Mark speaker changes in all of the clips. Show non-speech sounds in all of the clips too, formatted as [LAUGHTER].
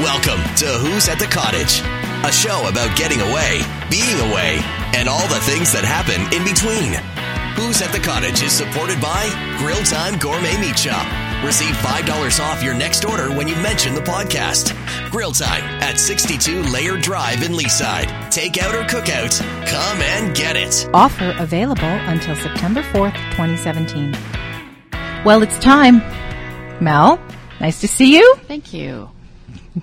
Speaker 1: Welcome to Who's at the Cottage, a show about getting away, being away, and all the things that happen in between. Who's at the Cottage is supported by Grill Time Gourmet Meat Shop. Receive $5 off your next order when you mention the podcast. Grill Time at 62 Layer Drive in Leaside. Takeout or cookout, come and get it.
Speaker 2: Offer available until September 4th, 2017. Well, it's time. Mel, nice to see you.
Speaker 3: Thank you.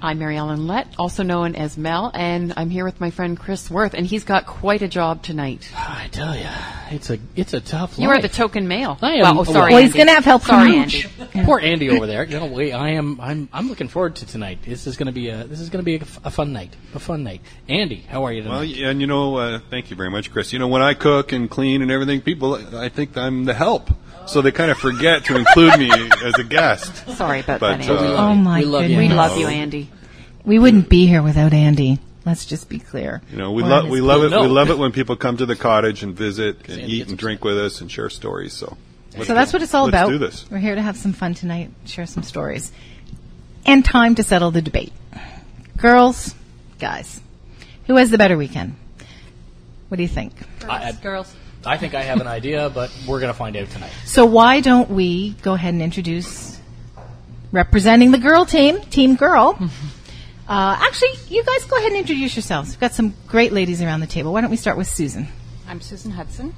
Speaker 3: I'm Mary Ellen Lett, also known as Mel, and I'm here with my friend Chris Worth, and he's got quite a job tonight.
Speaker 4: I tell you, it's a it's a tough.
Speaker 3: You are
Speaker 4: life.
Speaker 3: the token male.
Speaker 4: I am-
Speaker 3: Well, oh, sorry.
Speaker 2: Well, he's
Speaker 3: Andy.
Speaker 2: gonna have help
Speaker 3: Sorry,
Speaker 2: from
Speaker 3: Andy.
Speaker 4: [LAUGHS]
Speaker 2: Mooch.
Speaker 4: poor Andy over there. No, wait, I am. I'm. I'm looking forward to tonight. This is going to be a. This is going to be a, f- a fun night. A fun night. Andy, how are you tonight?
Speaker 5: Well, yeah, and you know, uh, thank you very much, Chris. You know, when I cook and clean and everything, people, I think I'm the help. So they kind of forget to include
Speaker 4: [LAUGHS]
Speaker 5: me as a guest.
Speaker 3: Sorry about
Speaker 5: But,
Speaker 3: that, Andy.
Speaker 5: uh,
Speaker 2: Oh my
Speaker 4: we love you.
Speaker 2: goodness.
Speaker 3: we
Speaker 5: no.
Speaker 3: love you, Andy.
Speaker 2: We wouldn't be here without Andy. Let's just be clear.
Speaker 5: You know, we
Speaker 2: We're
Speaker 5: love
Speaker 2: on
Speaker 5: we
Speaker 2: his-
Speaker 5: love it.
Speaker 4: No.
Speaker 5: We love it when people come to the cottage and visit and
Speaker 4: Sandy
Speaker 5: eat
Speaker 4: gets
Speaker 5: and drink with us and share stories. So,
Speaker 2: So that's what it's all
Speaker 5: Let's
Speaker 2: about.
Speaker 5: do this.
Speaker 2: We're here to have some fun tonight, share some stories, and time to settle the debate. Girls, guys, who has the better weekend? What do you think?
Speaker 4: I, I, girls. I think I have an idea, but we're going to find out tonight.
Speaker 2: So why don't we go ahead and introduce representing the girl team, Team
Speaker 6: [LAUGHS]
Speaker 2: Girl? Uh, actually, you guys go ahead and introduce yourselves. We've got some great ladies around the table. Why don't we start with Susan?
Speaker 7: I'm Susan Hudson.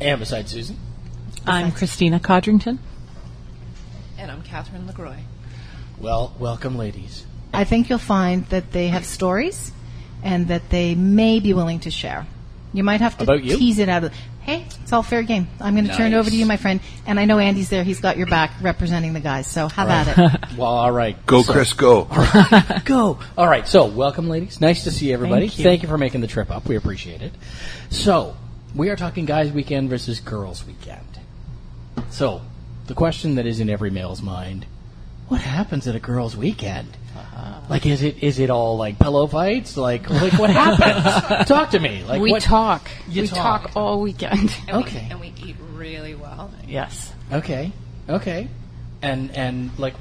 Speaker 4: And besides Susan,
Speaker 6: I'm Christina Codrington.
Speaker 7: And I'm Catherine LeGroy.
Speaker 4: well, welcome, ladies.
Speaker 2: I think you'll find that they have stories and that they may be willing to share. You might have to
Speaker 4: About you?
Speaker 2: tease it out of. Hey, it's all fair game. I'm going to turn it over to
Speaker 4: Nice.
Speaker 2: you, my friend. And I know Andy's there. He's got your back representing the guys. So have
Speaker 6: [LAUGHS]
Speaker 2: at it.
Speaker 4: Well, all right.
Speaker 5: go,
Speaker 4: So-
Speaker 5: Chris, go.
Speaker 4: [LAUGHS] go. All right. So, welcome, ladies. Nice to see everybody.
Speaker 6: Thank you.
Speaker 4: for making the trip up. We appreciate it. So, we are talking guys' weekend versus girls' weekend. So, the question that is in every male's mind: What happens at a girls' weekend?
Speaker 6: Uh-huh.
Speaker 4: Like, is it is it all like pillow fights? Like, like what
Speaker 6: [LAUGHS]
Speaker 4: happens? Talk to me. Like,
Speaker 6: We
Speaker 4: what-
Speaker 6: talk.
Speaker 4: You
Speaker 6: we
Speaker 4: talk.
Speaker 6: talk. all weekend.
Speaker 4: Okay.
Speaker 7: [LAUGHS] And we eat really well.
Speaker 6: yes.
Speaker 4: Okay. Okay. And and like,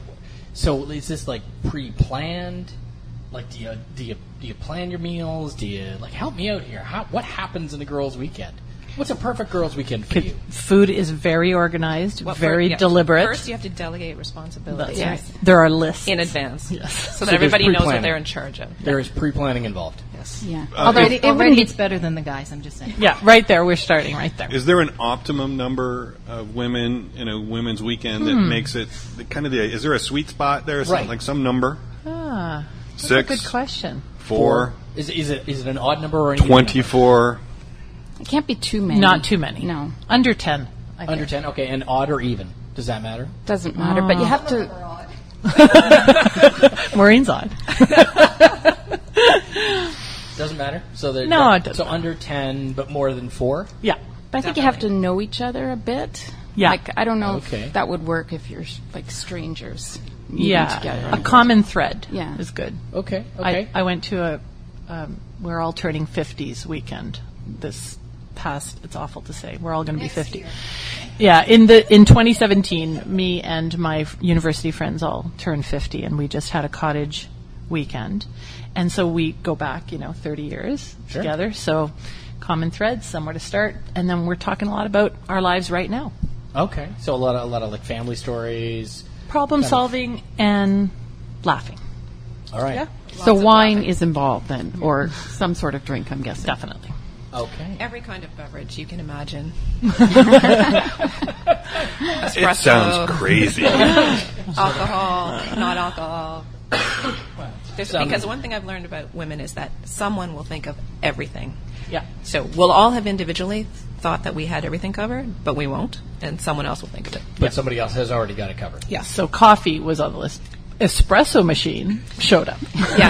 Speaker 4: so is this like pre-planned? Like, do you do you do you plan your meals? Do you like help me out here? How what happens in the girls' weekend? What's a perfect girls' weekend for you?
Speaker 6: Food is very organized, very deliberate.
Speaker 7: First, you have to delegate responsibility
Speaker 6: Yes. There are lists.
Speaker 7: in advance. So that
Speaker 4: there's
Speaker 7: everybody knows what
Speaker 4: pre-planning.
Speaker 7: they're in charge of.
Speaker 4: There is pre-planning involved.
Speaker 6: yeah.
Speaker 2: already, everybody gets better than the guys. I'm just saying.
Speaker 6: yeah, right there. We're starting right there.
Speaker 5: Is there an optimum number of women in a women's weekend that makes it the, kind of the? Is there a sweet spot there? Some-
Speaker 4: Right.
Speaker 5: Like some number?
Speaker 6: Ah,
Speaker 5: Six,
Speaker 6: good question.
Speaker 5: four,
Speaker 4: Is is it is it an odd number or an even number?
Speaker 5: twenty-four.
Speaker 8: It can't be too many.
Speaker 6: Not too many.
Speaker 8: No,
Speaker 6: Under 10. I
Speaker 4: under ten? Okay, and odd or even? Does that matter?
Speaker 8: doesn't matter. But
Speaker 6: Uh, Oh.
Speaker 8: you have to.
Speaker 6: think. [LAUGHS] Maureen's on.
Speaker 4: [LAUGHS] Doesn't matter. So there-
Speaker 6: No, it doesn't
Speaker 4: So under ten, but more than four.
Speaker 6: [LAUGHS] Yeah.
Speaker 8: But I think you have to know each other a bit.
Speaker 6: Yeah.
Speaker 8: Like I don't know
Speaker 4: Okay.
Speaker 8: if that would work if you're like strangers. meeting Together.
Speaker 6: Yeah. A common thread
Speaker 8: Yeah.
Speaker 6: is good.
Speaker 4: Okay. Okay.
Speaker 6: I, I went to a um, we're all turning 50s weekend this past it's awful to say we're all going to be 50 yeah in the in 2017 me and my f- university friends all turned 50 and we just had a cottage weekend and so we go back you know 30 years
Speaker 4: Sure.
Speaker 6: together so common threads somewhere to start and then we're talking a lot about our lives right now
Speaker 4: okay. So a lot of a lot of like family stories.
Speaker 6: problem
Speaker 4: Kind of-
Speaker 6: solving and laughing
Speaker 4: All right.
Speaker 3: So wine is involved then, or some sort of drink, I'm guessing.
Speaker 6: definitely
Speaker 4: Okay.
Speaker 7: Every kind of beverage you can
Speaker 5: [LAUGHS]
Speaker 7: imagine.
Speaker 5: It sounds crazy.
Speaker 7: [LAUGHS] Alcohol, not alcohol. There's-
Speaker 4: Some-
Speaker 7: because one thing I've learned about women is that someone will think of everything.
Speaker 6: yeah
Speaker 7: So we'll all have individually thought that we had everything covered, but we won't, and someone else will think of it.
Speaker 4: But somebody else has already got it covered.
Speaker 6: Yeah, so coffee was on the list. Espresso machine showed up.
Speaker 7: Yeah,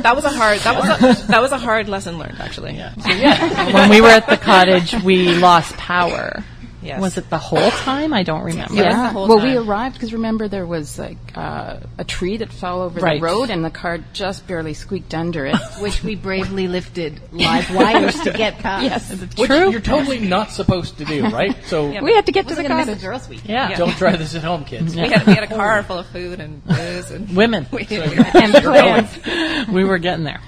Speaker 7: that was a hard that
Speaker 6: [LAUGHS]
Speaker 7: was a, that was a [LAUGHS] hard lesson learned actually.
Speaker 6: when we were at the cottage, we lost power
Speaker 7: Yes.
Speaker 6: Was it the whole time? I don't remember.
Speaker 7: Yeah. the whole
Speaker 8: well, we
Speaker 7: time.
Speaker 8: arrived because remember there was like uh, a tree that fell over
Speaker 6: Right.
Speaker 8: the road, and the car just barely squeaked under it.
Speaker 2: [LAUGHS] Which we bravely lifted
Speaker 8: [LAUGHS]
Speaker 2: live wires to get past.
Speaker 4: Which you're totally
Speaker 6: [LAUGHS]
Speaker 4: not supposed to do, right? So
Speaker 8: we had to get to the
Speaker 2: Wasn't gonna miss
Speaker 8: cottage.
Speaker 2: a girls' weekend.
Speaker 6: Yeah.
Speaker 4: don't try this at home, kids.
Speaker 7: We had, we
Speaker 8: [LAUGHS]
Speaker 7: had a car full of food and booze and
Speaker 6: [LAUGHS] Women.
Speaker 7: [LAUGHS] We,
Speaker 8: And plants.
Speaker 6: we were getting there.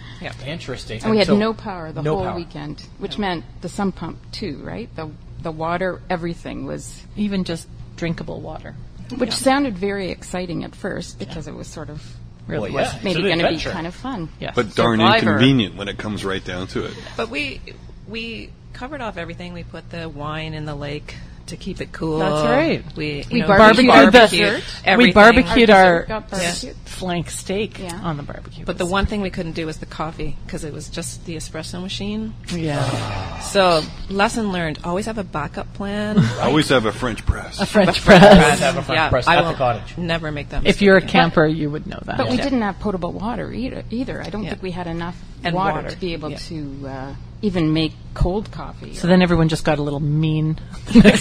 Speaker 4: Interesting.
Speaker 8: And we had
Speaker 4: So-
Speaker 8: no power the
Speaker 4: no
Speaker 8: whole
Speaker 4: power.
Speaker 8: weekend, which meant the sump pump too, right? The the water, everything was,
Speaker 6: Even just drinkable water.
Speaker 8: which sounded very exciting at first because it was sort of
Speaker 6: Really
Speaker 4: Well, yeah.
Speaker 6: was.
Speaker 4: It's
Speaker 8: maybe
Speaker 4: an
Speaker 8: going to be
Speaker 4: adventure.
Speaker 8: kind of fun.
Speaker 6: Yes.
Speaker 5: But darn
Speaker 3: Survivor.
Speaker 5: inconvenient when it comes right down to it.
Speaker 7: but we we covered off everything. We put the wine in the lake to keep it cool.
Speaker 6: That's right.
Speaker 7: We you
Speaker 8: We
Speaker 7: know,
Speaker 8: barbecued
Speaker 7: barbecued,
Speaker 6: the- we
Speaker 7: everything.
Speaker 6: barbecued our
Speaker 8: Got
Speaker 6: s-
Speaker 8: barbecued.
Speaker 6: flank steak
Speaker 8: Yeah.
Speaker 6: on the barbecue.
Speaker 7: But the one thing we couldn't do was the coffee because it was just the espresso machine.
Speaker 6: yeah,
Speaker 7: So lesson learned: always have a backup plan.
Speaker 5: I always have a French press.
Speaker 7: [LAUGHS]
Speaker 6: French press.
Speaker 4: have a French press
Speaker 7: I
Speaker 4: at the
Speaker 7: won't
Speaker 4: cottage.
Speaker 7: Never make that.
Speaker 6: If
Speaker 7: Mistake.
Speaker 6: you're a camper, you would know that.
Speaker 8: But we didn't have potable water either. Either I don't think we had enough
Speaker 7: And
Speaker 8: water,
Speaker 7: water,
Speaker 8: to be able
Speaker 7: yeah.
Speaker 8: to uh, even make cold coffee.
Speaker 6: So then everyone just got a little mean [LAUGHS] because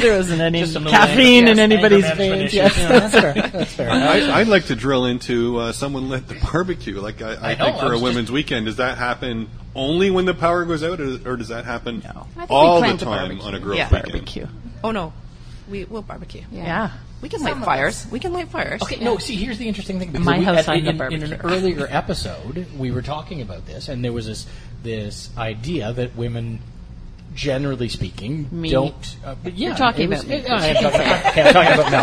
Speaker 6: there wasn't any
Speaker 4: Just a little
Speaker 6: caffeine
Speaker 4: anger-
Speaker 6: in
Speaker 4: yes,
Speaker 6: anybody's
Speaker 4: anger
Speaker 6: veins.
Speaker 4: management
Speaker 6: Yes.
Speaker 4: issues. Yeah, that's fair. That's fair.
Speaker 5: I, I'd like to drill into uh, someone lit the barbecue. Like I, I,
Speaker 4: I know,
Speaker 5: think
Speaker 4: I
Speaker 5: for a
Speaker 4: was
Speaker 5: women's weekend, does that happen only when the power goes out, or, or does that happen
Speaker 8: think we
Speaker 5: all the
Speaker 8: planned the
Speaker 5: time
Speaker 8: barbecue.
Speaker 5: on a girls'
Speaker 7: Yeah.
Speaker 5: weekend?
Speaker 6: barbecue.
Speaker 7: oh no, we will barbecue.
Speaker 8: Yeah.
Speaker 7: We can light fires. We can light fires.
Speaker 4: Okay, no, see, here's the interesting thing. because
Speaker 6: my
Speaker 4: we-
Speaker 6: house,
Speaker 4: at-
Speaker 6: I
Speaker 4: in,
Speaker 6: have
Speaker 4: in an
Speaker 6: barbecue.
Speaker 4: earlier episode, we were talking about this, and there was this this idea that women, generally speaking, don't. Uh, but yeah,
Speaker 8: You're talking
Speaker 4: it was-
Speaker 8: about me.
Speaker 4: yeah, I am talking about, okay, I'm talking
Speaker 8: [LAUGHS]
Speaker 4: about Mel.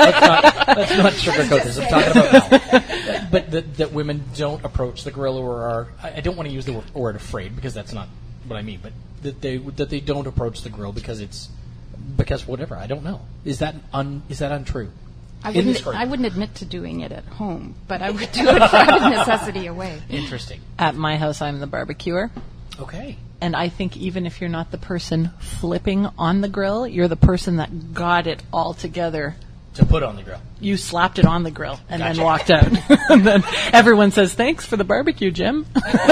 Speaker 4: Let's not, let's not sugarcoat this. I'm talking about Mel. But that, that women don't approach the grill or are. I, I don't want to use the word, word afraid because that's not what I mean. But that they that they don't approach the grill because it's because whatever. I don't know. Is that un, is that untrue?
Speaker 8: I
Speaker 4: In this
Speaker 8: wouldn't,
Speaker 4: group.
Speaker 8: I wouldn't admit to doing it at home, but I would
Speaker 4: [LAUGHS]
Speaker 8: do it out of necessity away.
Speaker 4: Interesting.
Speaker 6: At my house, I'm the barbecuer.
Speaker 4: Okay.
Speaker 6: And I think even if you're not the person flipping on the grill, you're the person that got it all together.
Speaker 4: To put on the grill.
Speaker 6: You slapped it on the grill and
Speaker 4: Gotcha.
Speaker 6: then walked out. [LAUGHS] and then everyone says, thanks for the barbecue, Jim. [LAUGHS]
Speaker 4: Not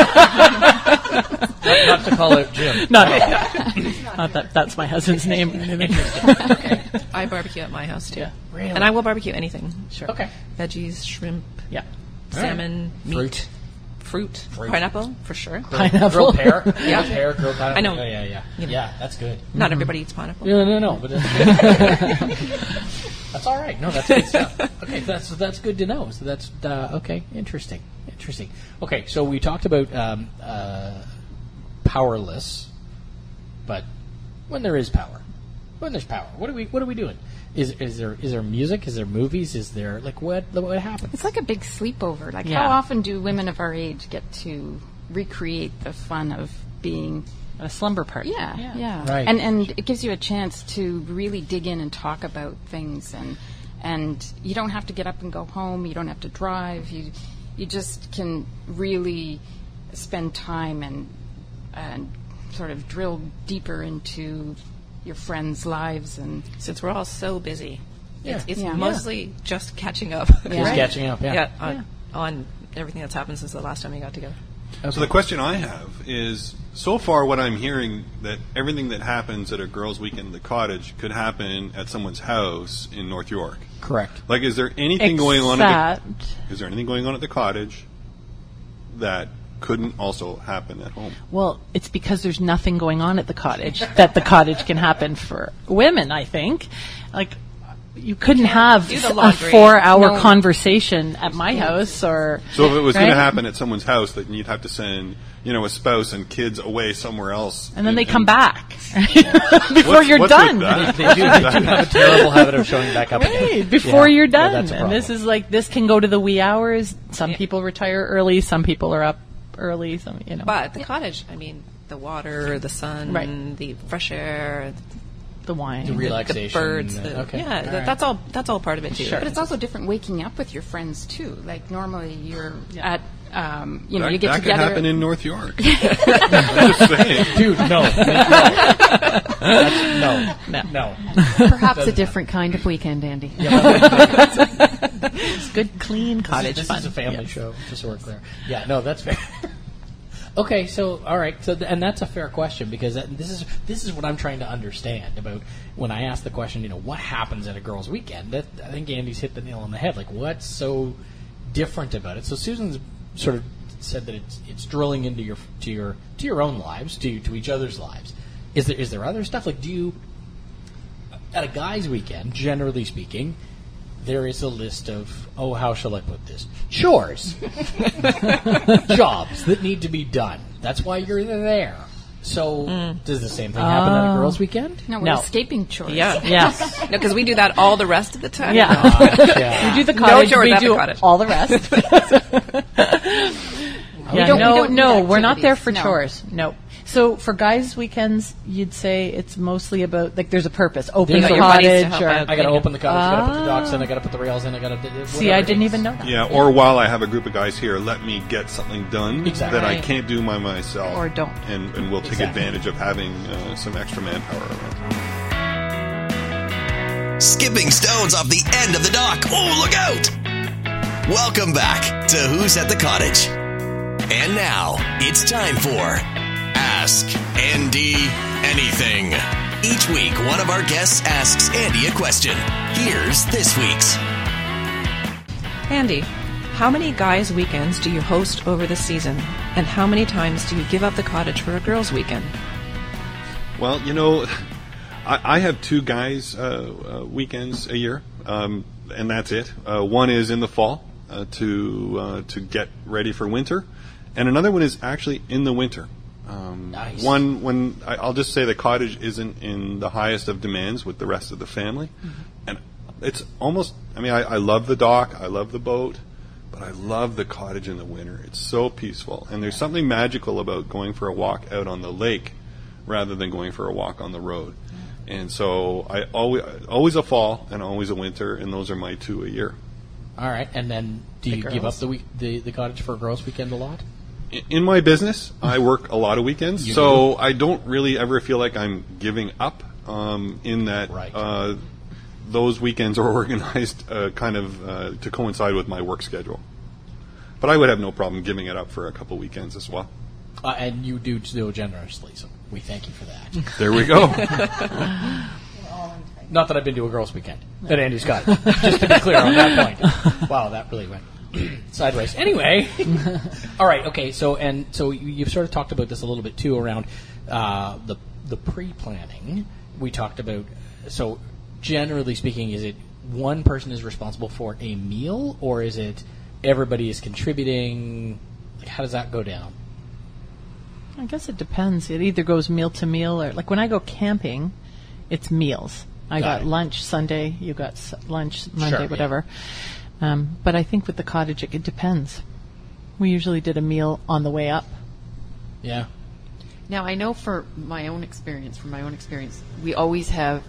Speaker 4: to call out Jim.
Speaker 6: [LAUGHS] Not, not Uh, that that's my husband's
Speaker 7: [LAUGHS]
Speaker 6: name. [LAUGHS]
Speaker 7: I barbecue at my house too.
Speaker 6: Yeah.
Speaker 4: Really?
Speaker 7: And I will barbecue anything.
Speaker 6: Sure.
Speaker 4: Okay.
Speaker 7: Veggies, shrimp,
Speaker 6: Yeah.
Speaker 7: salmon, meat,
Speaker 4: Fruit.
Speaker 7: fruit, pineapple for sure.
Speaker 4: Grilled
Speaker 6: Pineapple.
Speaker 4: pear.
Speaker 7: [LAUGHS]
Speaker 4: Grilled pear, grilled pineapple.
Speaker 7: I know.
Speaker 4: Yeah, yeah, yeah. Yeah, that's good.
Speaker 7: Not everybody eats pineapple.
Speaker 4: No, no, no. But that's, [LAUGHS] that's all right. No, that's good stuff. [LAUGHS] Okay, that's that's good to know. So that's uh, okay. Interesting. Interesting. Okay, so we talked about um, uh, powerless, but when there is power, when there's power, what are we what are we doing? Is is there is there music? Is there movies? Is there like what what [LAUGHS] happens?
Speaker 8: It's like a big sleepover. Like,
Speaker 6: Yeah.
Speaker 8: how often do women of our age get to recreate the fun of being?
Speaker 6: At a slumber party.
Speaker 8: Yeah, yeah.
Speaker 4: Right.
Speaker 8: And and it gives you a chance to really dig in and talk about things, and and you don't have to get up and go home. You don't have to drive. You you just can really spend time and and sort of drill deeper into your friends' lives and
Speaker 7: Since we're all so busy, it's, it's
Speaker 8: Yeah.
Speaker 7: mostly just catching up. [LAUGHS]
Speaker 8: Just
Speaker 4: catching up, yeah.
Speaker 7: on, on everything that's happened since the last time we got together.
Speaker 5: So the question I have is: so far, what I'm hearing that everything that happens at a girls' weekend at the cottage could happen at someone's house in North York.
Speaker 4: Correct.
Speaker 5: Like, is there anything going on? At the, is there anything going on at the cottage that couldn't also happen at home?
Speaker 6: Well, it's because there's nothing going on at the cottage that the cottage can happen for women, I think. Like, you couldn't have
Speaker 7: do
Speaker 6: a
Speaker 7: the laundry.
Speaker 6: four hour conversation at my house or.
Speaker 5: So if it was going
Speaker 6: Right.
Speaker 5: to happen at someone's house, then you'd have to send you know a spouse and kids away somewhere else,
Speaker 6: and then they
Speaker 5: and-
Speaker 6: come
Speaker 5: and-
Speaker 7: [LAUGHS]
Speaker 6: back [LAUGHS] before
Speaker 5: What's-
Speaker 6: you're
Speaker 5: what's with
Speaker 6: done.
Speaker 5: that?
Speaker 4: They do, they do have a terrible habit of showing back up again.
Speaker 6: Right, before
Speaker 4: Yeah.
Speaker 6: you're
Speaker 4: Yeah,
Speaker 6: done.
Speaker 4: that's a
Speaker 6: and this
Speaker 4: problem.
Speaker 6: is like this can go to the wee hours. Some people retire early. Some people are up early. Some you know
Speaker 7: But the cottage, I mean, the water, the sun,
Speaker 6: Right.
Speaker 7: the fresh air,
Speaker 6: the wine.
Speaker 7: the
Speaker 4: relaxation. uh,
Speaker 7: birds. The,
Speaker 4: okay.
Speaker 7: Yeah, th- that's all. That's all part of it too.
Speaker 8: But it's also different waking up with your friends too. Like normally you're at, um, you know,
Speaker 5: That,
Speaker 8: you get
Speaker 5: that could
Speaker 8: together.
Speaker 5: happen in North
Speaker 8: [LAUGHS]
Speaker 5: York. I'm just saying.
Speaker 4: Dude, no.
Speaker 5: [LAUGHS]
Speaker 4: no. That's, no. No.
Speaker 3: Perhaps a different kind of weekend, Andy. [LAUGHS]
Speaker 6: It's good, clean cottage
Speaker 4: This
Speaker 6: fun.
Speaker 4: is a family show, just so we're clear. Yeah, no, that's fair. [LAUGHS] Okay, so all right, so th- and that's a fair question because that, this is this is what I'm trying to understand about when I ask the question. You know, what happens at a girls' weekend? That, I think Andy's hit the nail on the head. Like, what's so different about it? So Susan's sort of said that it's it's drilling into your to your to your own lives, to to each other's lives. Is there is there other stuff like do you at a guy's weekend, generally speaking, there is a list of oh, how shall I put this? Chores, [LAUGHS] jobs that need to be done. That's why you're there. So does the same thing happen at a girls' weekend?
Speaker 8: No, we're
Speaker 6: No.
Speaker 8: escaping chores.
Speaker 7: [LAUGHS] Yeah.
Speaker 6: Yes.
Speaker 7: No, because we do that all the rest of the time. [LAUGHS]
Speaker 6: Yeah.
Speaker 4: Yeah.
Speaker 6: We do the
Speaker 7: No
Speaker 6: cottage.
Speaker 7: chores
Speaker 6: we
Speaker 7: at the
Speaker 6: do
Speaker 7: cottage.
Speaker 6: all the
Speaker 7: [LAUGHS]
Speaker 6: rest.
Speaker 8: don't-
Speaker 6: yeah,
Speaker 8: we
Speaker 6: no,
Speaker 8: don't do
Speaker 6: no, we're not there for
Speaker 8: activities, no.
Speaker 6: chores. No. So for guys' weekends, you'd say it's mostly about like there's a purpose. Open
Speaker 4: There's
Speaker 6: the
Speaker 4: a- Your buddies
Speaker 7: to
Speaker 6: cottage.
Speaker 7: help
Speaker 6: Or,
Speaker 7: out.
Speaker 4: I got to open the cottage. I got to put the docks in. I got to put the rails in. I got to
Speaker 6: see, I didn't even know that.
Speaker 5: Yeah, or while I have a group of guys here, let me get something done
Speaker 4: Exactly.
Speaker 5: that I
Speaker 4: Right.
Speaker 5: can't do by myself.
Speaker 6: Or don't.
Speaker 5: And, and we'll take
Speaker 4: Exactly.
Speaker 5: advantage of having uh, some extra manpower around.
Speaker 1: skipping stones off the end of the dock. Oh, look out! Welcome back to Who's at the Cottage. And now it's time for Ask Andy Anything. Each week, one of our guests asks Andy a question. Here's this week's.
Speaker 7: Andy, how many guys' weekends do you host over the season? And how many times do you give up the cottage for a girls' weekend?
Speaker 5: Well, you know, I, I have two guys' uh, uh, weekends a year, um, and that's it. Uh, one is in the fall uh, to uh, to get ready for winter, and another one is actually in the winter. Um,
Speaker 4: Nice.
Speaker 5: One when I, I'll just say the cottage isn't in the highest of demands with the rest of the family, and it's almost. I mean, I, I love the dock, I love the boat, but I love the cottage in the winter. It's so peaceful, and there's something magical about going for a walk out on the lake rather than going for a walk on the road. And so I always always a fall and always a winter, and those are my two a year.
Speaker 4: All right, and then do you give up the week the, the cottage for a girls' weekend a lot?
Speaker 5: I- In my business, I work a lot of weekends,
Speaker 4: You
Speaker 5: so I don't really ever feel like I'm giving up. Um, in that,
Speaker 4: Right.
Speaker 5: uh, those weekends are [LAUGHS] organized uh, kind of uh, to coincide with my work schedule. But I would have no problem giving it up for a couple weekends as well.
Speaker 4: Uh, and you do so generously, so we thank you for
Speaker 5: [LAUGHS]
Speaker 4: that.
Speaker 5: There we go.
Speaker 4: [LAUGHS] Not that I've been to a girls' weekend that Andy's got. just to be clear on that point. Wow, that really went [CLEARS THROAT] sideways. Anyway, all right, okay. So and so you, you've sort of talked about this a little bit too around uh, the the pre-planning. We talked about so generally speaking, is it one person is responsible for a meal, or is it everybody is contributing? Like, how does that go down?
Speaker 6: I guess it depends. It either goes meal to meal or like when I go camping, it's meals. I
Speaker 4: Got
Speaker 6: got
Speaker 4: it.
Speaker 6: lunch Sunday. You got s- lunch Monday,
Speaker 4: yeah.
Speaker 6: whatever. Um, but I think with the cottage, it, it depends. We usually did a meal on the way up.
Speaker 4: Yeah.
Speaker 3: Now I know for my own experience, from my own experience, we always have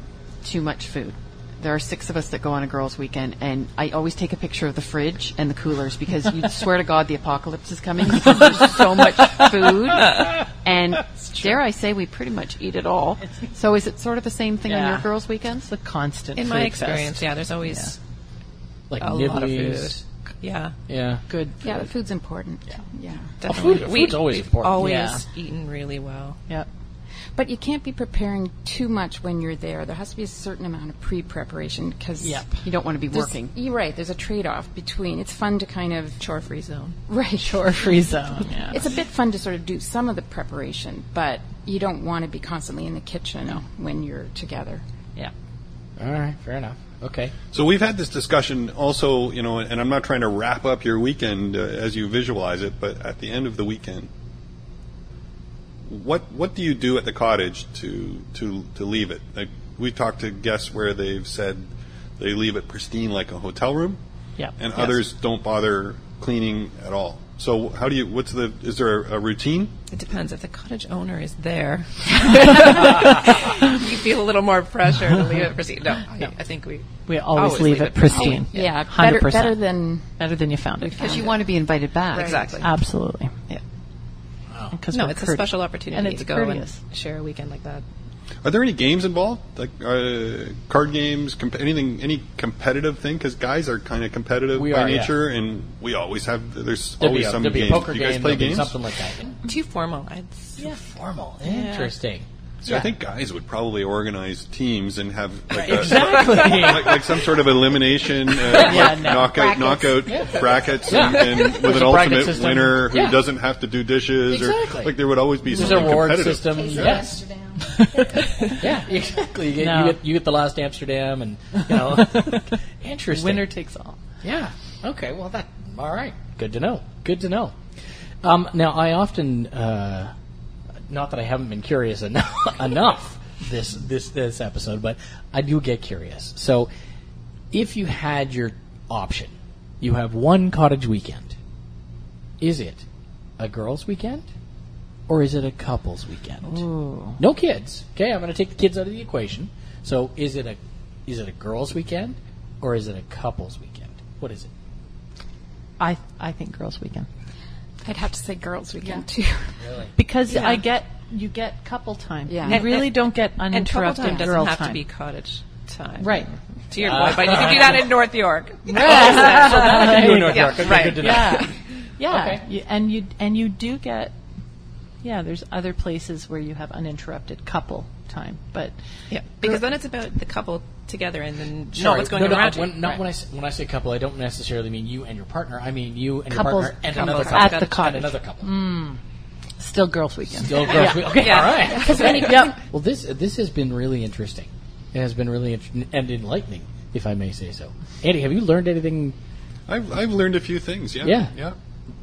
Speaker 3: too much food. There are six of us that go on a girls' weekend, and I always take a picture of the fridge and the coolers because you swear to God the apocalypse is coming because there's so much food. And dare I say, we pretty much eat it all. So is it sort of the same thing on
Speaker 6: Yeah.
Speaker 3: your girls' weekends?
Speaker 6: The constant.
Speaker 7: In
Speaker 6: food
Speaker 7: my
Speaker 6: fest.
Speaker 7: experience, yeah, there's always
Speaker 4: Like
Speaker 7: a lot of food.
Speaker 4: nibblies.
Speaker 7: Yeah.
Speaker 4: Yeah. Oh,
Speaker 6: Good.
Speaker 8: Yeah, but food's important. Yeah.
Speaker 5: Oh,
Speaker 7: Definitely.
Speaker 4: food-
Speaker 7: We-
Speaker 4: food's always
Speaker 7: we've
Speaker 4: important.
Speaker 7: Always
Speaker 6: Yeah.
Speaker 7: eaten really well.
Speaker 6: Yeah.
Speaker 8: But you can't be preparing too much when you're there. There has to be a certain amount of pre-preparation because
Speaker 6: Yep.
Speaker 3: You don't want to be working.
Speaker 8: You're right. There's a trade-off between. It's fun to kind of
Speaker 7: Chore free zone.
Speaker 8: right
Speaker 6: Chore
Speaker 8: [LAUGHS]
Speaker 6: free zone. Yeah.
Speaker 8: It's a bit fun to sort of do some of the preparation, but you don't want to be constantly in the kitchen when you're together.
Speaker 6: yeah.
Speaker 4: All right. Fair enough. Okay.
Speaker 5: So we've had this discussion also, you know, and I'm not trying to wrap up your weekend uh, as you visualize it, but at the end of the weekend, what what do you do at the cottage to to to leave it? Like we talked to guests where they've said they leave it pristine like a hotel room,
Speaker 6: Yeah.
Speaker 5: and
Speaker 6: Yes.
Speaker 5: others don't bother cleaning at all. So how do you? What's the? Is there a, a routine?
Speaker 7: It depends. If the cottage owner is there, [LAUGHS] you feel a little more pressure to leave it pristine. No, I, I think we.
Speaker 6: We always, leave, it pristine.
Speaker 8: Yeah, better,
Speaker 6: 100%.
Speaker 8: better than
Speaker 6: better than you found it.
Speaker 3: Because you want to be invited back.
Speaker 7: Exactly.
Speaker 6: Absolutely. Yeah. Because
Speaker 7: no,
Speaker 6: we're
Speaker 7: it's a
Speaker 6: courteous.
Speaker 7: special opportunity
Speaker 6: And it's
Speaker 7: to go
Speaker 6: courteous.
Speaker 7: and share a weekend like that.
Speaker 5: Are there any games involved, like uh, card games, comp- anything, any competitive thing? Because guys are kind of competitive
Speaker 4: We
Speaker 5: by
Speaker 4: are, yeah.
Speaker 5: nature, and we always have. There's
Speaker 4: There'd be
Speaker 5: always
Speaker 4: a-
Speaker 5: some
Speaker 4: there'd be a
Speaker 5: games.
Speaker 4: poker
Speaker 5: Do you guys
Speaker 4: game,
Speaker 5: play
Speaker 4: there'd be
Speaker 5: games?
Speaker 4: something like that.
Speaker 7: too formal. It's
Speaker 4: Yeah. Formal. Interesting.
Speaker 5: So I think guys would probably organize teams and
Speaker 4: [LAUGHS]
Speaker 5: have like a,
Speaker 4: Exactly.
Speaker 5: [LAUGHS] like, like some sort of elimination uh,
Speaker 4: [LAUGHS]
Speaker 5: like knockout knockout brackets and, and with
Speaker 4: There's
Speaker 5: an
Speaker 4: a bracket
Speaker 5: ultimate
Speaker 4: system.
Speaker 5: winner who
Speaker 4: Yeah.
Speaker 5: doesn't have to do dishes
Speaker 4: Exactly.
Speaker 5: or like there would always be
Speaker 4: There's a
Speaker 5: something
Speaker 4: reward
Speaker 5: competitive.
Speaker 4: system. Yes. [LAUGHS] yeah, exactly. You get,
Speaker 6: No.
Speaker 4: you, get, you get the last Amsterdam, and you
Speaker 6: [LAUGHS]
Speaker 4: know, interesting.
Speaker 6: Winner takes all.
Speaker 4: Yeah. Okay. Well, that. All right. Good to know. Good to know. Um, now, I often, uh, not that I haven't been curious [LAUGHS] enough, enough this this this episode, but I do get curious. So, if you had your option, you have one cottage weekend. Is it a girls' weekend, or is it a couples' weekend? No kids. Okay, I'm going to take the kids out of the equation. So, is it a is it a girls' weekend, or is it a couples' weekend? What is it?
Speaker 6: I I think girls' weekend
Speaker 8: I'd have to say girls' weekend too.
Speaker 6: [LAUGHS] because I get you get couple time.
Speaker 3: Yeah.
Speaker 6: you
Speaker 3: And-
Speaker 6: really
Speaker 7: and-
Speaker 6: don't get
Speaker 7: and couple
Speaker 6: uninterrupted
Speaker 7: time doesn't
Speaker 6: girl
Speaker 7: have
Speaker 6: time.
Speaker 7: to be cottage time.
Speaker 6: right.
Speaker 7: To
Speaker 4: Uh,
Speaker 7: your point, but you can do that in
Speaker 6: [LAUGHS]
Speaker 7: North York.
Speaker 4: Oh, [LAUGHS]
Speaker 7: Yeah, right.
Speaker 6: Yeah, yeah.
Speaker 4: Okay.
Speaker 6: You, and you and you do get yeah. There's other places where you have uninterrupted couple time, but
Speaker 7: Yeah, because then it's about the couple together and then know
Speaker 4: Sorry,
Speaker 7: what's going
Speaker 4: no,
Speaker 7: on
Speaker 4: no,
Speaker 7: around you.
Speaker 4: When, not when I s- when I say couple, I don't necessarily mean you and your partner. I mean you and
Speaker 6: Couples-
Speaker 4: your partner and
Speaker 6: couples
Speaker 4: another
Speaker 6: at
Speaker 4: couple
Speaker 6: the
Speaker 4: and
Speaker 6: cottage. Hmm.
Speaker 4: another couple.
Speaker 3: Mm. [LAUGHS]
Speaker 6: still girls' weekend.
Speaker 4: Still girls. we- Okay,
Speaker 7: Yeah.
Speaker 4: all
Speaker 7: [LAUGHS]
Speaker 4: right. [LAUGHS]
Speaker 6: yep.
Speaker 4: Well, this this has been really interesting. It has been really int- and enlightening, if I may say so. Andy, have you learned anything?
Speaker 5: I've, I've learned a few things. Yeah.
Speaker 4: Yeah.
Speaker 5: Yeah.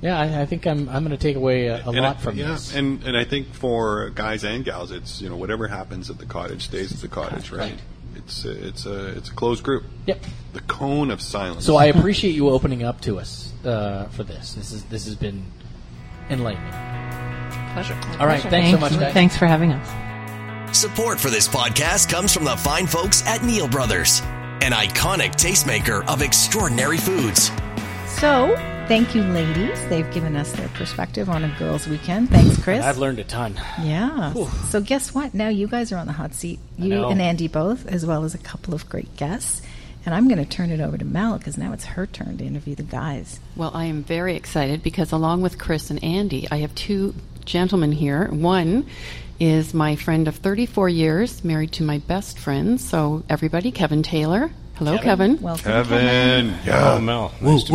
Speaker 4: Yeah, I, I think I'm I'm going to take away a, a
Speaker 5: and
Speaker 4: lot
Speaker 5: I,
Speaker 4: from
Speaker 5: yeah,
Speaker 4: this.
Speaker 5: and and I think for guys and gals, it's you know whatever happens at the cottage stays at the cottage, right?
Speaker 4: Right.
Speaker 5: It's a, it's a it's a closed group.
Speaker 4: Yep.
Speaker 5: The cone of silence.
Speaker 4: So
Speaker 9: [LAUGHS]
Speaker 4: I appreciate you opening up to us uh, for this. This is this has been enlightening.
Speaker 7: Pleasure.
Speaker 4: All right, thanks so much, guys.
Speaker 6: Thanks for having us.
Speaker 1: Support for this podcast comes from the fine folks at Neil Brothers, an iconic tastemaker of extraordinary foods.
Speaker 2: So, thank you, ladies. They've given us their perspective on a girls' weekend. Thanks, Chris.
Speaker 4: I've learned a ton.
Speaker 2: Yeah. So guess what? Now you guys are on the hot seat. You
Speaker 4: know.
Speaker 2: and Andy both, as well as a couple of great guests. And I'm going to turn it over to Mal because now it's her turn to interview the guys.
Speaker 3: Well, I am very excited because along with Chris and Andy, I have two gentlemen here. One is my friend of 34 years, married to my best friend, so everybody, Kevin Taylor. Hello, Kevin.
Speaker 2: Welcome,
Speaker 5: Kevin. Yeah.
Speaker 9: Oh, Mel. Nice to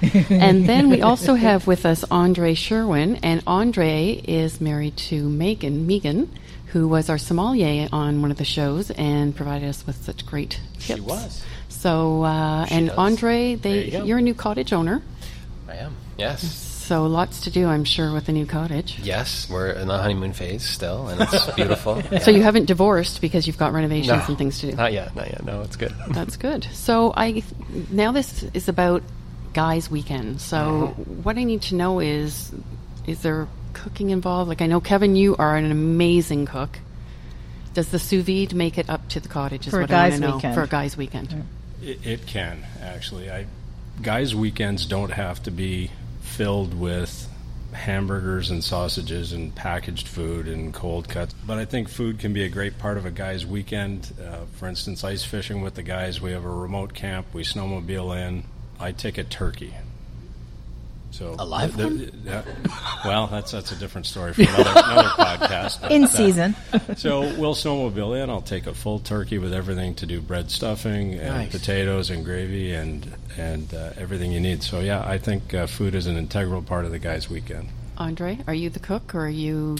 Speaker 9: be here.
Speaker 3: [LAUGHS]
Speaker 8: [LAUGHS]
Speaker 3: and then we also have with us Andre Sherwin, and Andre is married to Megan Megan, who was our sommelier on one of the shows and provided us with such great tips. She
Speaker 4: was.
Speaker 3: So, uh, and Andre, they
Speaker 4: There you go.
Speaker 3: you're a new cottage owner,
Speaker 9: I am. Yes.
Speaker 3: so lots to do, I'm sure, with the new cottage.
Speaker 9: Yes. We're in the honeymoon phase still, and it's beautiful.
Speaker 3: So you haven't divorced because you've got renovations
Speaker 9: No.
Speaker 3: and things to do.
Speaker 9: Not yet. Not yet. No, it's good.
Speaker 3: That's good. So I now this is about guys' weekend. So what I need to know is, is there cooking involved? Like I know Kevin, you are an amazing cook. Does the sous vide make it up to the cottage? Is
Speaker 2: For a
Speaker 3: what I wanna
Speaker 2: guys'
Speaker 3: know,
Speaker 2: weekend.
Speaker 3: For a guys' weekend,
Speaker 9: It,
Speaker 10: It can actually. I guys' weekends don't have to be filled with hamburgers and sausages and packaged food and cold cuts. But I think food can be a great part of a guy's weekend. Uh, for instance, ice fishing with the guys. We have a remote camp. We snowmobile in. I take a turkey. So
Speaker 4: A live
Speaker 10: the- the- yeah. well, that's that's a different story for another, another podcast. but,
Speaker 2: In
Speaker 10: uh,
Speaker 2: season.
Speaker 10: so we'll snowmobile in. I'll take a full turkey with everything to do bread stuffing and
Speaker 4: Nice.
Speaker 10: potatoes and gravy and and uh, everything you need. So yeah, I think uh, food is an integral part of the guy's weekend.
Speaker 3: Andre, are you the cook or are you?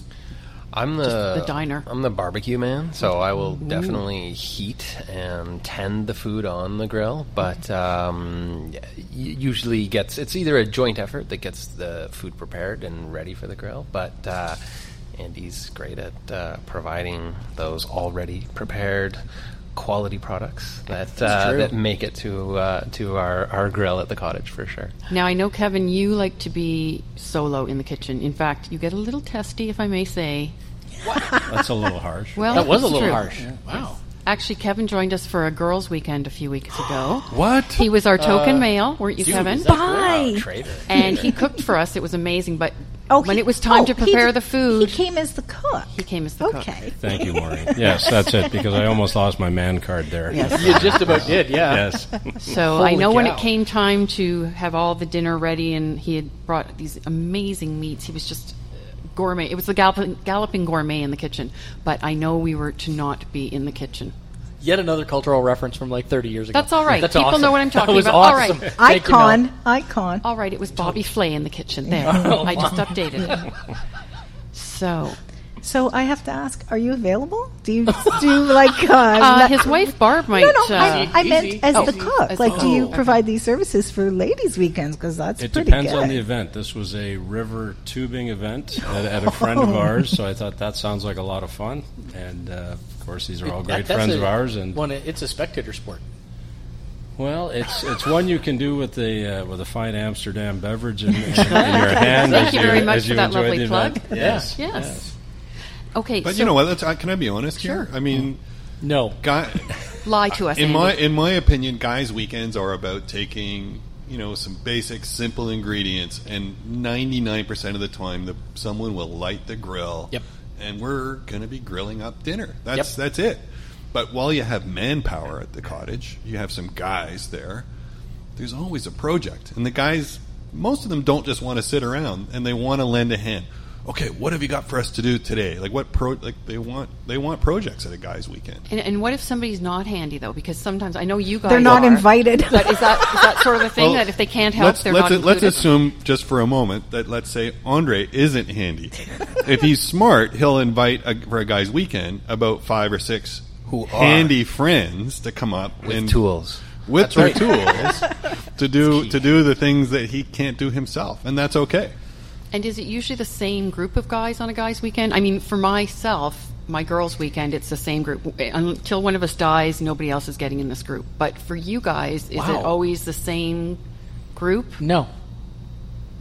Speaker 9: I'm the,
Speaker 3: the diner.
Speaker 9: I'm the barbecue man, so I will definitely heat and tend the food on the grill. But um, y- usually gets it's either a joint effort that gets the food prepared and ready for the grill, but. Uh, Andy's great at uh, providing those already prepared quality products that uh, that make it to uh, to our, our grill at the cottage for sure.
Speaker 3: Now I know Kevin, you like to be solo in the kitchen. In fact, you get a little testy, if I may say.
Speaker 10: That's a little harsh.
Speaker 3: [LAUGHS] Well,
Speaker 4: That was a
Speaker 3: it's
Speaker 4: little
Speaker 3: true.
Speaker 4: harsh. Wow.
Speaker 3: Actually, Kevin joined us for a girls' weekend a few weeks ago.
Speaker 9: What?
Speaker 3: He was our
Speaker 4: Uh,
Speaker 3: token male, weren't you, Kevin?
Speaker 2: Bye.
Speaker 9: Traitor.
Speaker 4: [LAUGHS]
Speaker 3: and he cooked for us. It was amazing. But
Speaker 2: Oh,
Speaker 3: when
Speaker 2: he-
Speaker 3: it was time
Speaker 2: oh,
Speaker 3: to
Speaker 2: he
Speaker 3: prepare
Speaker 2: did-
Speaker 3: the food,
Speaker 2: He came as the cook. He
Speaker 3: came as the cook.
Speaker 2: Okay.
Speaker 10: Thank you,
Speaker 4: [LAUGHS]
Speaker 2: [LAUGHS]
Speaker 10: Maureen. yes, that's it. Because I almost lost my man card there. Yes.
Speaker 4: You just about did, yeah.
Speaker 10: yes.
Speaker 3: so I
Speaker 4: Holy
Speaker 3: know when
Speaker 4: cow.
Speaker 3: it came time to have all the dinner ready, and he had brought these amazing meats. He was just uh, gourmet. It was the galloping, galloping gourmet in the kitchen, but I know we were to not be in the kitchen.
Speaker 4: Yet another cultural reference from like 30 years ago.
Speaker 3: That's all right.
Speaker 4: That's
Speaker 3: People
Speaker 4: awesome.
Speaker 3: know what I'm
Speaker 4: [LAUGHS]
Speaker 3: talking
Speaker 4: that was
Speaker 3: about. All
Speaker 4: Awesome.
Speaker 3: right.
Speaker 4: Thank you, Mel. Oh,
Speaker 2: icon, icon.
Speaker 3: All right, it was Bobby Flay in
Speaker 2: [LAUGHS]
Speaker 3: the kitchen. There, I just
Speaker 4: [LAUGHS]
Speaker 3: updated it. So
Speaker 2: So I have to ask: Are you available? Do you [LAUGHS] do like uh,
Speaker 3: uh,
Speaker 2: le-
Speaker 3: his wife Barb might.
Speaker 2: No, no. I,
Speaker 3: uh,
Speaker 2: I meant as
Speaker 3: Oh.
Speaker 2: the cook.
Speaker 3: As-
Speaker 2: like, do you
Speaker 3: oh.
Speaker 2: provide these services for ladies' weekends? Because that's
Speaker 10: It
Speaker 2: pretty
Speaker 10: depends
Speaker 2: good.
Speaker 10: on the event. This was a river tubing event at,
Speaker 3: Oh.
Speaker 10: at a friend of ours, so I thought that sounds like a lot of fun. And uh, of course, these are all great
Speaker 4: That- that's
Speaker 10: friends
Speaker 4: a-
Speaker 10: of ours. And
Speaker 4: one, it's a spectator sport.
Speaker 10: well, it's it's one you can do with a uh, with a fine Amsterdam beverage in, in your hand.
Speaker 3: [LAUGHS] Thank
Speaker 10: as
Speaker 3: you very much
Speaker 10: as
Speaker 3: for
Speaker 10: you
Speaker 3: that
Speaker 10: enjoy
Speaker 3: lovely
Speaker 10: the
Speaker 3: plug.
Speaker 10: Event. Yes.
Speaker 3: yes. Okay,
Speaker 5: But
Speaker 3: so
Speaker 5: you know what? That's, uh, can I be honest here? I mean,
Speaker 4: No,
Speaker 9: [LAUGHS]
Speaker 5: guy,
Speaker 3: lie to us.
Speaker 5: in
Speaker 3: Andy.
Speaker 5: my in my opinion, guys' weekends are about taking you know some basic, simple ingredients, and ninety nine percent of the time, the, someone will light the grill.
Speaker 4: Yep.
Speaker 5: And we're gonna be grilling up dinner. That's
Speaker 4: Yep.
Speaker 5: that's it. But while you have manpower at the cottage, you have some guys there. There's always a project, and the guys, most of them don't just want to sit around, and they want to lend a hand. Okay, what have you got for us to do today? Like what pro? Like they want they want projects at a guys' weekend.
Speaker 3: And, and what if somebody's not handy though? Because sometimes I know you guys
Speaker 2: They're not
Speaker 3: are,
Speaker 2: invited.
Speaker 3: But is that is that sort of a thing
Speaker 5: Well,
Speaker 3: that if they can't help,
Speaker 5: let's,
Speaker 3: they're
Speaker 5: let's,
Speaker 3: not included?
Speaker 5: let's assume just for a moment that let's say Andre isn't handy. if he's smart, he'll invite a, for a guy's weekend about five or six
Speaker 9: Who are.
Speaker 5: handy friends to come up
Speaker 9: With
Speaker 5: and-
Speaker 9: tools.
Speaker 5: with their
Speaker 9: [LAUGHS]
Speaker 5: tools to do to do the things that he can't do himself, and that's okay.
Speaker 3: And is it usually the same group of guys on a guys' weekend? I mean, for myself, my girls' weekend, it's the same group. Until one of us dies, nobody else is getting in this group. But for you guys, is
Speaker 4: Wow.
Speaker 3: it always the same group?
Speaker 4: no,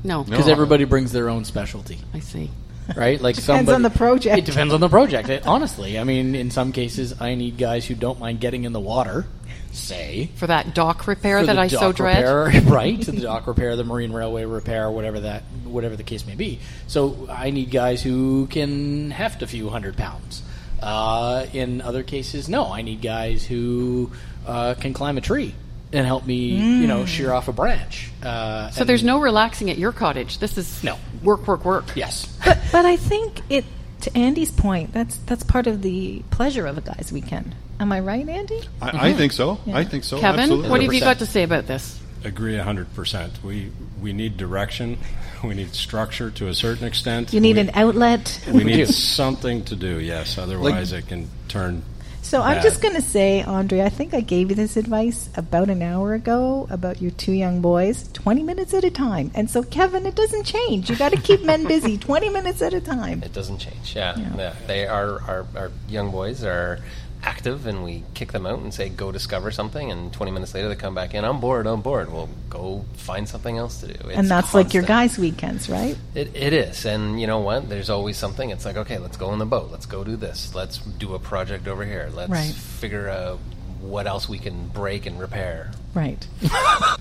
Speaker 3: No,
Speaker 4: because everybody brings their own specialty,
Speaker 3: I see.
Speaker 4: right? [LAUGHS] Like
Speaker 2: Depends on the project.
Speaker 4: It depends on the project. It- honestly, I mean, in some cases, I need guys who don't mind getting in the water. Say
Speaker 3: For that dock repair
Speaker 4: for
Speaker 3: that
Speaker 4: the
Speaker 3: I so
Speaker 4: dock
Speaker 3: dread.
Speaker 4: repair, [LAUGHS]
Speaker 3: [LAUGHS]
Speaker 4: right? the dock repair, the marine railway repair, whatever that, whatever the case may be. So I need guys who can heft a few hundred pounds. Uh, in other cases, no. I need guys who uh, can climb a tree and help me, you know, shear off a branch. Uh,
Speaker 3: Hmm. So there's no relaxing at your cottage. This is
Speaker 4: No.
Speaker 3: work, work, work.
Speaker 4: yes.
Speaker 2: But but I think it to Andy's point. That's that's part of the pleasure of a guys' weekend. Am I right, Andy?
Speaker 5: I, I think so. I think so.
Speaker 3: Kevin,
Speaker 5: absolutely.
Speaker 3: what have you
Speaker 4: 100%.
Speaker 3: got to say about this?
Speaker 10: Agree hundred percent. We we need direction. We need structure to a certain extent.
Speaker 2: You need
Speaker 10: we,
Speaker 2: an outlet.
Speaker 10: We
Speaker 4: do.
Speaker 10: need something to do. Yes, otherwise it can turn.
Speaker 2: So I'm
Speaker 10: bad.
Speaker 2: just going to say, Andre, I think I gave you this advice about an hour ago about your two young boys, 20 minutes at a time. And so, Kevin, it doesn't change. You got to keep men
Speaker 4: [LAUGHS]
Speaker 2: busy 20 minutes at a time.
Speaker 9: It doesn't change. Yeah, Yeah. they are our, our young boys are active, and we kick them out and say go discover something. And 20 minutes later, they come back in. I'm bored. I'm bored. Well, go find something else to do. It's
Speaker 2: and that's like your
Speaker 9: constant.
Speaker 2: guys' weekends, right?
Speaker 9: It, it is, and you know what? There's always something. It's like, okay, let's go on the boat. Let's go do this. Let's do a project over here. Let's
Speaker 2: Right.
Speaker 9: figure out what else we can break and repair.
Speaker 2: Right.
Speaker 3: [LAUGHS]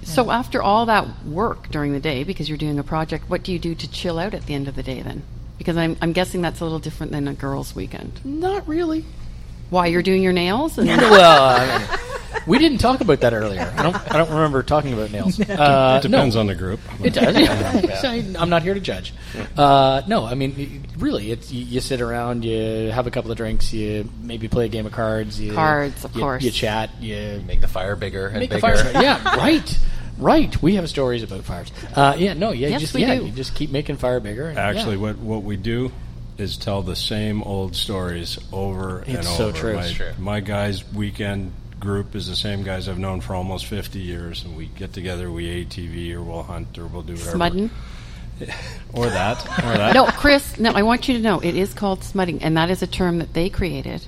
Speaker 3: So after all that work during the day, because you're doing a project, what do you do to chill out at the end of the day then? Because I'm, I'm guessing that's a little different than a girls' weekend.
Speaker 4: Not really.
Speaker 3: Why you're doing your nails
Speaker 4: [LAUGHS]
Speaker 3: and
Speaker 4: well, I mean, we didn't talk about that earlier. I don't. I don't remember talking about
Speaker 3: [LAUGHS]
Speaker 4: nails. Uh,
Speaker 10: It depends
Speaker 4: no.
Speaker 10: on the group.
Speaker 4: It does. yeah. I'm not here to judge. Uh, no, I mean, y- really, it's you, you sit around, you have a couple of drinks, you maybe play a game of cards. You,
Speaker 3: Cards, of
Speaker 4: you-
Speaker 3: course.
Speaker 4: You chat. You
Speaker 9: Make the fire bigger and
Speaker 4: make the
Speaker 9: bigger.
Speaker 4: fire. yeah, right, right. We have stories about fires. Uh, yeah, no, yeah, you
Speaker 3: Yes,
Speaker 4: just
Speaker 3: we
Speaker 4: yeah,
Speaker 3: do.
Speaker 4: you just keep making fire bigger. and- yeah.
Speaker 10: Actually, what what we do is tell the same old stories over and over.
Speaker 4: It's so true.
Speaker 10: My,
Speaker 4: It's
Speaker 9: true.
Speaker 10: my guys' weekend group is the same guys I've known for almost 50 years, and we get together, we ATV, or we'll hunt, or we'll do whatever.
Speaker 3: smudding?
Speaker 10: [LAUGHS] Or that. Or that.
Speaker 3: No, Chris, no, I want you to know it is called smudding, and that is a term that they created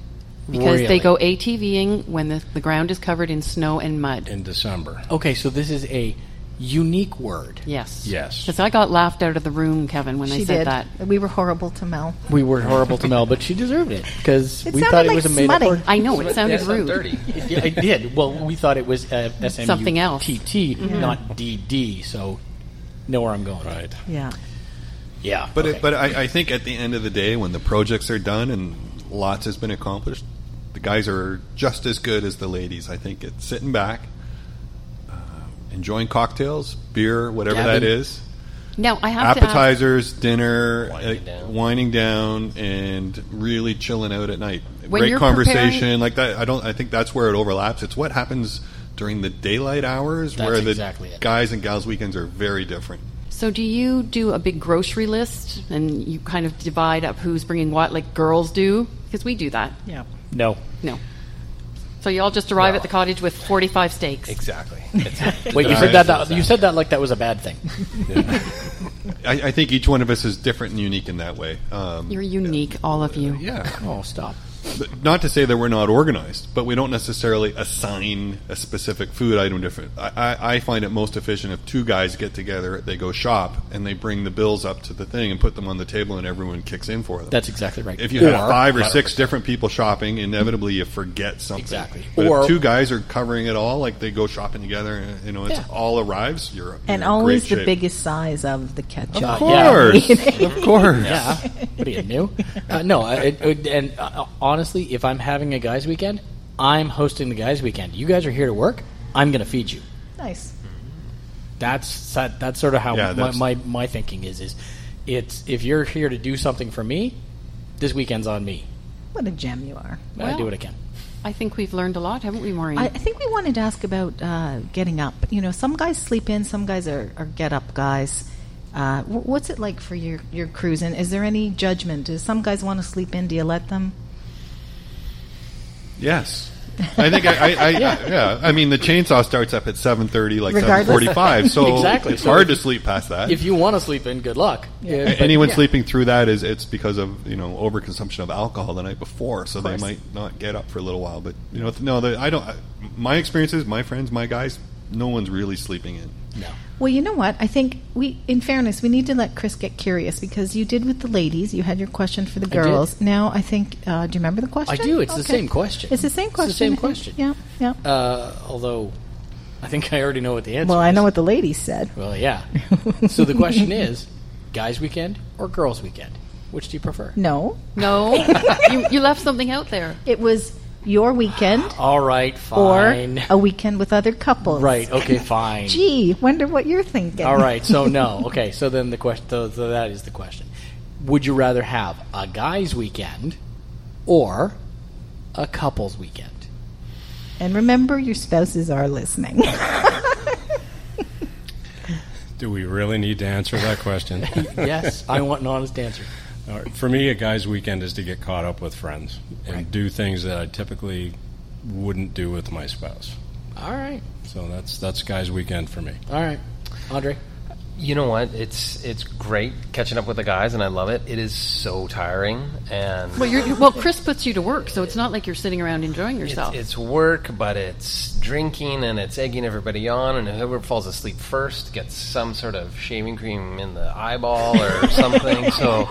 Speaker 3: because
Speaker 4: Really?
Speaker 3: they go ATVing when the, the ground is covered in snow and mud.
Speaker 10: In December.
Speaker 4: okay, so this is a unique word.
Speaker 3: Yes.
Speaker 10: Yes.
Speaker 3: Because I got laughed out of the room, Kevin, when I
Speaker 2: she
Speaker 3: said
Speaker 2: did.
Speaker 3: that.
Speaker 2: We were horrible to Mel.
Speaker 4: We were horrible to Mel, but she deserved it because
Speaker 2: It
Speaker 4: we
Speaker 2: sounded
Speaker 4: thought it
Speaker 2: like
Speaker 4: was a made-up
Speaker 2: smutting.
Speaker 4: word.
Speaker 3: I know, it
Speaker 9: But
Speaker 3: sounded
Speaker 9: that's not
Speaker 4: [LAUGHS]
Speaker 3: rude.
Speaker 9: dirty.
Speaker 4: Yeah, I did. Well, we thought it was uh, SMU
Speaker 3: Something else.
Speaker 4: TT, Mm-hmm. not DD. So know where I'm going.
Speaker 10: Right.
Speaker 2: Yeah.
Speaker 4: Yeah.
Speaker 5: But
Speaker 4: okay.
Speaker 5: it, but I, I think at the end of the day, when the projects are done and lots has been accomplished, the guys are just as good as the ladies. I think it's sitting back, uh, enjoying cocktails, beer, whatever that
Speaker 4: Gavin.
Speaker 5: is,
Speaker 3: Now, I have to ask-
Speaker 5: appetizers, dinner,
Speaker 9: Winding
Speaker 5: uh,
Speaker 9: down.
Speaker 5: winding down, and really chilling out at night.
Speaker 3: When
Speaker 5: Great
Speaker 3: you're
Speaker 5: conversation
Speaker 3: preparing-
Speaker 5: like that. I don't. I think that's where it overlaps. It's what happens during the daylight hours,
Speaker 4: That's
Speaker 5: where the
Speaker 4: exactly it.
Speaker 5: guys and gals weekends are very different.
Speaker 3: So, do you do a big grocery list and you kind of divide up who's bringing what, like girls do? Because we do that.
Speaker 6: Yeah.
Speaker 4: No.
Speaker 3: No. So you all just arrive
Speaker 9: No.
Speaker 3: at the cottage with 45
Speaker 4: [LAUGHS]
Speaker 3: steaks.
Speaker 9: Exactly. It's-
Speaker 4: Wait, you
Speaker 5: Yeah,
Speaker 4: said
Speaker 5: yeah,
Speaker 4: that, that you said that like that was a bad
Speaker 5: [LAUGHS]
Speaker 4: thing. [LAUGHS]
Speaker 5: I, I think each one of us is different and unique in that way. Um,
Speaker 3: You're unique, all of you.
Speaker 5: yeah.
Speaker 4: Oh, stop.
Speaker 5: But not to say that we're not organized, but we don't necessarily assign a specific food item different. I, I, I find it most efficient if two guys get together, they go shop, and they bring the bills up to the thing and put them on the table, and everyone kicks in for them.
Speaker 4: That's exactly right.
Speaker 5: If you have
Speaker 4: Or-
Speaker 5: five or six different people shopping, inevitably you forget something.
Speaker 4: Exactly.
Speaker 5: But
Speaker 4: Or-
Speaker 5: if two guys are covering it all, like they go shopping together, and you know it's
Speaker 4: Yeah.
Speaker 5: all arrives. You're
Speaker 2: And
Speaker 5: you're in
Speaker 2: always
Speaker 5: great
Speaker 2: the
Speaker 5: shape.
Speaker 2: biggest size of the ketchup.
Speaker 5: Of course, of
Speaker 2: [LAUGHS]
Speaker 5: course.
Speaker 4: Yeah. what are you new? Uh, no, I- it, it, and uh, honestly, if I'm having a guys' weekend, I'm hosting the guys' weekend. You guys are here to work. I'm going to feed you.
Speaker 2: Nice.
Speaker 4: That's that, that's sort of how
Speaker 5: Yeah,
Speaker 4: my,
Speaker 5: that's-
Speaker 4: my my thinking is. Is it's if you're here to do something for me, this weekend's on me.
Speaker 2: What a gem you are.
Speaker 4: And I do what I can.
Speaker 3: I think we've learned a lot, haven't we, Maureen?
Speaker 2: I, I think we wanted to ask about uh, getting up. You know, some guys sleep in, some guys are, are get up guys. Uh, wh- what's it like for your, your crews? And is there any judgment? Do some guys want to sleep in? Do you let them?
Speaker 5: Yes. I think I, I,
Speaker 4: [LAUGHS]
Speaker 5: I yeah. I mean the chainsaw starts up at seven thirty, like seven
Speaker 2: Regardless.
Speaker 5: forty-five. So
Speaker 4: [LAUGHS] Exactly.
Speaker 5: it's
Speaker 4: So
Speaker 5: hard to
Speaker 4: if-
Speaker 5: sleep past that.
Speaker 4: If you want to sleep in, good luck. Yeah,
Speaker 5: A-
Speaker 4: but-
Speaker 5: Anyone
Speaker 4: yeah.
Speaker 5: sleeping through that is it's because of you know overconsumption of alcohol the night before, so they might not get up for a little while. But you know, no, the, I don't. I, my experiences, my friends, my guys, no one's really sleeping in.
Speaker 4: No.
Speaker 2: Well, you know what? I think we, in fairness, we need to let Chris get curious because you did with the ladies. You had your question for the
Speaker 4: did.
Speaker 2: girls. Now, I think, uh, do you remember the question?
Speaker 4: do. It's the
Speaker 2: Okay.
Speaker 4: same question.
Speaker 2: It's the same
Speaker 4: It's the
Speaker 2: question.
Speaker 4: same
Speaker 2: I think.
Speaker 4: question.
Speaker 2: Yeah, yeah.
Speaker 4: Uh, although, I think I already know what the answer.
Speaker 2: well, I
Speaker 4: is.
Speaker 2: know what the ladies said.
Speaker 4: Well, yeah. so the question [LAUGHS] is, guys' weekend or girls' weekend? Which do you prefer?
Speaker 2: [LAUGHS] No,
Speaker 3: no. [LAUGHS] you, you left something out there.
Speaker 2: it was your weekend
Speaker 4: All right,
Speaker 2: or
Speaker 4: fine.
Speaker 2: a weekend with other couples.
Speaker 4: right. Okay, fine.
Speaker 2: Gee, wonder what you're thinking.
Speaker 4: All right. So no. Okay. So then the question. So, so that is the question. Would you rather have a guys' weekend or a couples' weekend?
Speaker 2: And remember, your spouses are listening. [LAUGHS]
Speaker 10: Do we really need to answer that question?
Speaker 4: [LAUGHS] Yes, I want an honest answer.
Speaker 10: All right, For me, a guy's weekend is to get caught up with friends and do things that I typically wouldn't do with my spouse.
Speaker 4: All right.
Speaker 10: So that's that's guy's weekend for me.
Speaker 4: All right, Andre.
Speaker 9: you know what? It's it's great catching up with the guys, and I love it. It is so tiring, and
Speaker 3: Well, you're, well, Chris puts you to work, so it's not like you're sitting around enjoying yourself.
Speaker 9: It's, it's work, but it's drinking and it's egging everybody on, and whoever falls asleep first gets some sort of shaving cream in the eyeball
Speaker 3: [LAUGHS]
Speaker 9: or something. so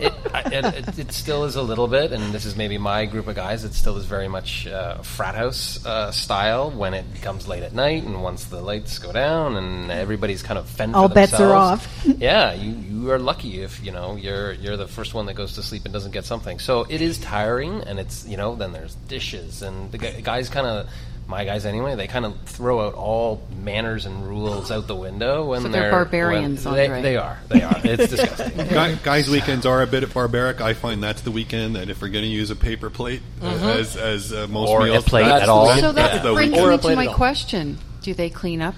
Speaker 9: it, I- it, it, it still is a little bit, and this is maybe my group of guys, it still is very much uh, frat house uh, style when it comes late at night, and once the lights go down and everybody's kind of fending
Speaker 2: All bets are off. [LAUGHS]
Speaker 9: yeah, you, you are lucky if you know you're you're the first one that goes to sleep and doesn't get something. So it is tiring, and it's you know then there's dishes and the gu- guys kind of my guys anyway they kind of throw out all manners and rules out the window when
Speaker 3: So they're
Speaker 9: they're,
Speaker 3: barbarians,
Speaker 9: when- they,
Speaker 3: Andre.
Speaker 9: they are they are
Speaker 3: [LAUGHS]
Speaker 9: it's disgusting.
Speaker 5: Guy, guys' weekends are a bit barbaric. I find that's the weekend that if we're going to use a paper plate uh, as as uh, most
Speaker 9: Or a
Speaker 5: meals,
Speaker 9: plate
Speaker 5: that's
Speaker 9: at
Speaker 5: the-
Speaker 9: all.
Speaker 5: that's
Speaker 3: Mm-hmm. so that
Speaker 5: the
Speaker 3: brings
Speaker 5: weekend.
Speaker 4: Or a
Speaker 3: me to
Speaker 4: plate
Speaker 3: my
Speaker 4: at all.
Speaker 3: question: Do they clean up?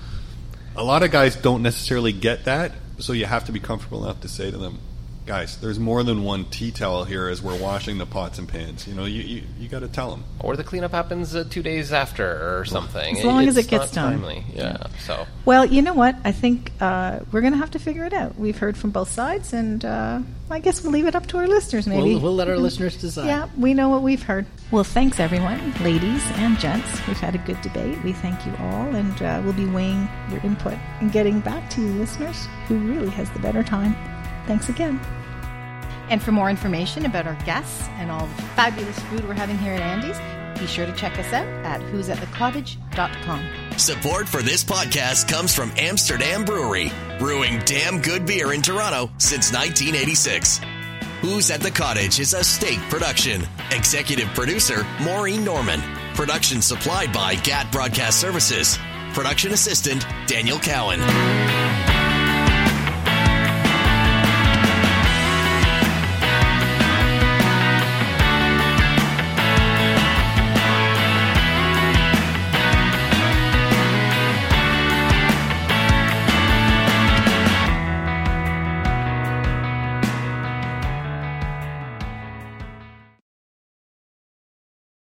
Speaker 5: a lot of guys don't necessarily get that, so you have to be comfortable enough to say to them, guys, there's more than one tea towel here as we're washing the pots and pans. You know, you you, you got to tell them.
Speaker 9: Or the cleanup happens uh, two days after or something.
Speaker 2: As long as
Speaker 9: it's
Speaker 2: it gets
Speaker 9: not
Speaker 2: done.
Speaker 9: timely. Yeah, so
Speaker 2: Well, you know what? I think uh, we're going to have to figure it out. We've heard from both sides, and uh, I guess we'll leave it up to our listeners, maybe. Mm-hmm.
Speaker 4: We'll, we'll let our listeners decide.
Speaker 2: yeah, we know what we've heard. Well, thanks, everyone, ladies and gents. We've had a good debate. We thank you all, and uh, we'll be weighing your input and getting back to you, listeners, who really has the better time. Thanks again. And for more information about our guests and all the fabulous food we're having here at Andy's, be sure to check us out at who'satthecottage.com.
Speaker 1: Support for this podcast comes from Amsterdam Brewery, brewing damn good beer in Toronto since 1986. Who's at the Cottage is a state production. Executive producer Maureen Norman. Production supplied by GAT Broadcast Services. Production assistant Daniel Cowan.